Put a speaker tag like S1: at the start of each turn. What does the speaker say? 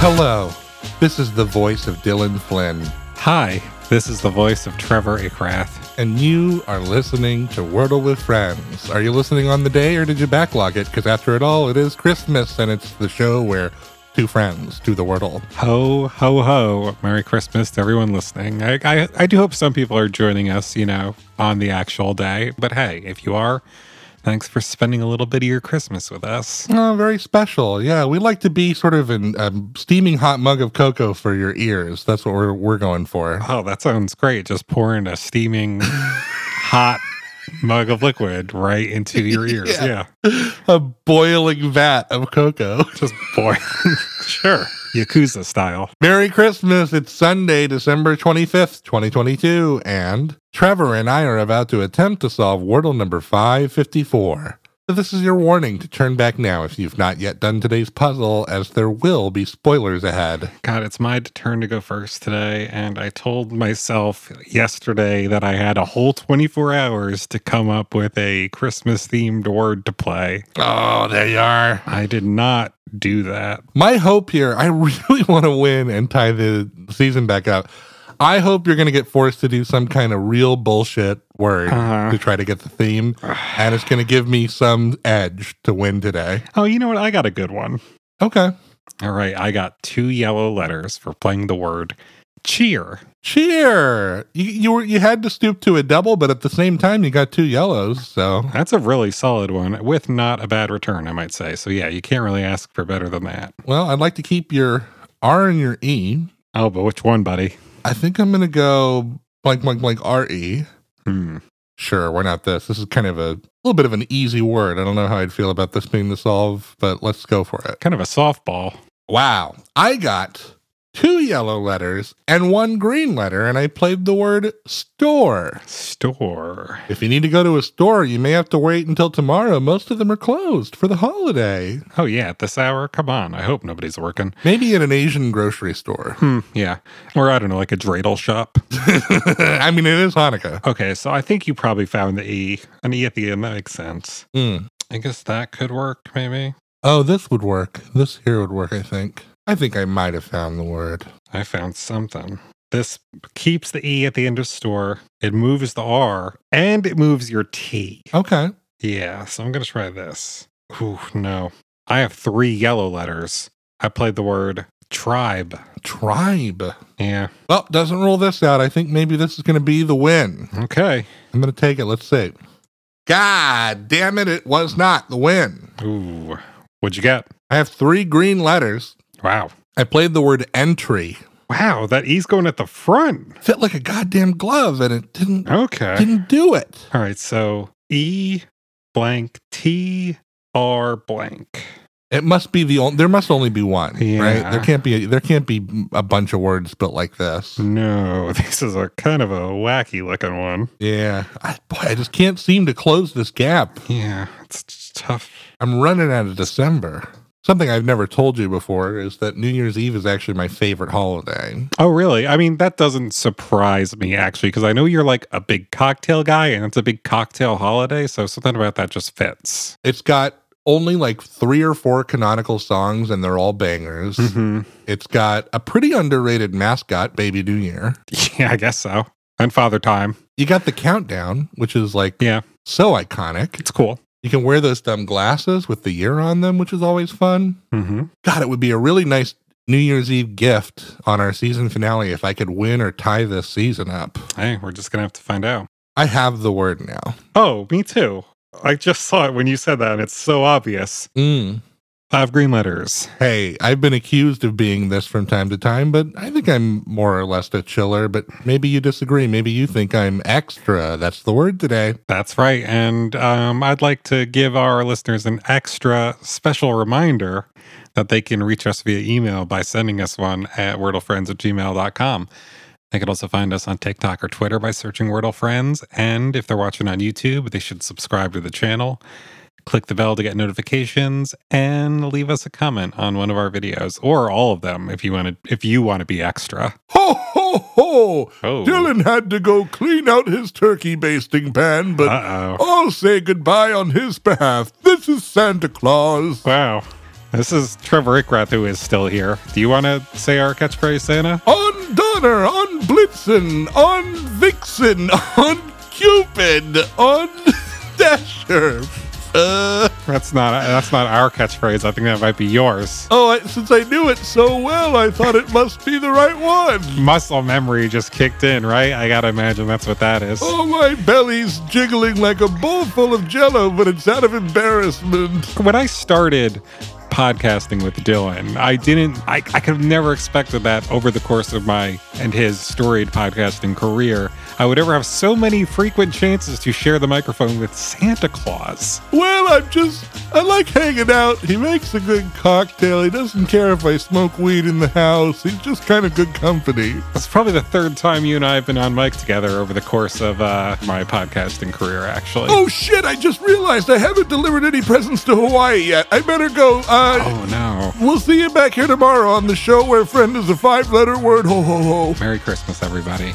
S1: Hello, this is the voice of Dylan Flynn,
S2: Hi, this is the voice of Trevor Ickrath.
S1: and you are listening to Wordle with Friends. Are you listening on the day or did you backlog it? Because after it all, it is Christmas and it's the show where two friends do the Wordle.
S2: Ho, ho, ho. Merry Christmas to everyone listening. I, I, I do hope some people are joining us, you know, on the actual day. But hey, if you are, thanks for spending a little bit of your Christmas with us.
S1: Oh, very special. Yeah, we like to be sort of an um, steaming hot mug of cocoa for your ears. That's what we're, we're going for.
S2: Oh, that sounds great. Just pouring a steaming hot mug of liquid right into your ears.
S1: Yeah.
S2: Yeah.
S1: A boiling vat of cocoa.
S2: Just boy. sure. Yakuza style.
S1: Merry Christmas. It's Sunday, December 25th, 2022, and Trevor and I are about to attempt to solve Wordle number 554. So this is your warning to turn back now if you've not yet done today's puzzle, as there will be spoilers ahead.
S2: God, it's my turn to go first today. And I told myself yesterday that I had a whole 24 hours to come up with a Christmas themed word to play.
S1: Oh, there you are.
S2: I did not do that.
S1: My hope here, I really want to win and tie the season back up. I hope you're going to get forced to do some kind of real bullshit word
S2: Uh-huh.
S1: to try to get the theme, and it's going to give me some edge to win today.
S2: Oh, you know what? I got a good one.
S1: Okay.
S2: All right. I got two yellow letters for playing the word cheer.
S1: Cheer! You you, were, you had to stoop to a double, but at the same time, you got two yellows. So
S2: That's a really solid one with not a bad return, I might say. So, yeah, you can't really ask for better than that.
S1: well, I'd like to keep your R and your E.
S2: Oh, but which one, buddy?
S1: I think I'm gonna go blank blank blank R E.
S2: Hmm.
S1: Sure, why not this? This is kind of a little bit of an easy word. I don't know how I'd feel about this being to solve, but let's go for it.
S2: Kind of a softball.
S1: Wow, I got two yellow letters and one green letter, and I played the word store.
S2: Store.
S1: If you need to go to a store, you may have to wait until tomorrow. Most of them are closed for the holiday.
S2: Oh, yeah, at this hour? Come on. I hope nobody's working.
S1: Maybe at an Asian grocery store.
S2: Hmm, yeah. Or I don't know, like a dreidel shop.
S1: I mean, it is Hanukkah.
S2: Okay, so I think you probably found the E. An E at the end, that makes sense.
S1: Mm.
S2: I guess that could work, maybe.
S1: Oh, this would work. This here would work, I think. I think I might have found the word.
S2: I found something. This keeps the E at the end of store. It moves the R and it moves your T.
S1: Okay.
S2: Yeah, so I'm going to try this. Ooh, no. I have three yellow letters. I played the word tribe.
S1: Tribe.
S2: Yeah,
S1: Well, doesn't rule this out. I think maybe this is going to be the win.
S2: okay.
S1: I'm going to take it. Let's see. God damn it. It was not the win.
S2: Ooh, what'd you get?
S1: I have three green letters.
S2: Wow.
S1: I played the word entry.
S2: Wow, that E's going at the front.
S1: Fit like a goddamn glove, and it didn't,
S2: Okay.
S1: didn't do it.
S2: All right. So E blank T R blank.
S1: It must be the only. There must only be one, right?
S2: Yeah.
S1: There can't be. there can't be a bunch of words built like this.
S2: Mm. No, this is a kind of a wacky looking one.
S1: Yeah, I, boy, I just can't seem to close this gap.
S2: Yeah, it's just tough.
S1: I'm running out of December. Something I've never told you before is that New Year's Eve is actually my favorite holiday.
S2: Oh, really? I mean, that doesn't surprise me actually, because I know you're like a big cocktail guy, and it's a big cocktail holiday, so something about that just fits.
S1: It's got only like three or four canonical songs, and they're all bangers.
S2: hmm
S1: It's got a pretty underrated mascot, Baby New Year.
S2: Yeah, I guess so. And Father Time.
S1: You got the countdown, which is like
S2: Yeah.
S1: so iconic.
S2: It's cool.
S1: You can wear those dumb glasses with the year on them, which is always fun.
S2: Mm-hmm.
S1: God, it would be a really nice New Year's Eve gift on our season finale if I could win or tie this season up.
S2: Hey, we're just gonna have to find out.
S1: I have the word now.
S2: Oh, me too. I just saw it when you said that, and it's so obvious.
S1: Mm.
S2: Five green letters.
S1: Hey, I've been accused of being this from time to time, but I think I'm more or less a chiller. But maybe you disagree. Maybe you think I'm extra. That's the word today.
S2: That's right. And um, I'd like to give our listeners an extra special reminder that they can reach us via email by sending us one at wordlefriends at gmail.com. They can also find us on TikTok or Twitter by searching Wordle Friends. And if they're watching on YouTube, they should subscribe to the channel, click the bell to get notifications, and leave us a comment on one of our videos or all of them if you want to if you want to be extra.
S1: Ho, ho, ho!
S2: Oh,
S1: Dylan had to go clean out his turkey basting pan, but
S2: Uh oh.
S1: I'll say goodbye on his behalf. This is Santa Claus.
S2: Wow. This is Trevor Ickrath, who is still here. Do you want to say our catchphrase, Santa?
S1: On Donner, on Blitzen, on Vixen, on Cupid, on Dasher. Uh,
S2: That's not that's not our catchphrase. I think that might be yours.
S1: oh, I, since I knew it so well, I thought it must be the right one.
S2: Muscle memory just kicked in, right? I gotta imagine that's what that is.
S1: Oh, my belly's jiggling like a bowl full of jello, but it's out of embarrassment.
S2: When I started podcasting with Dylan, I didn't I, I could have never expected that over the course of my and his storied podcasting career, I would ever have so many frequent chances to share the microphone with Santa Claus.
S1: Well, I'm just, I like hanging out. He makes a good cocktail. He doesn't care if I smoke weed in the house. He's just kind of good company.
S2: That's probably the third time you and I have been on mic together over the course of uh, my podcasting career, actually.
S1: Oh shit, I just realized I haven't delivered any presents to Hawaii yet. I better go. Uh,
S2: oh no.
S1: We'll see you back here tomorrow on the show where friend is a five letter word. Ho ho ho.
S2: Merry Christmas, everybody.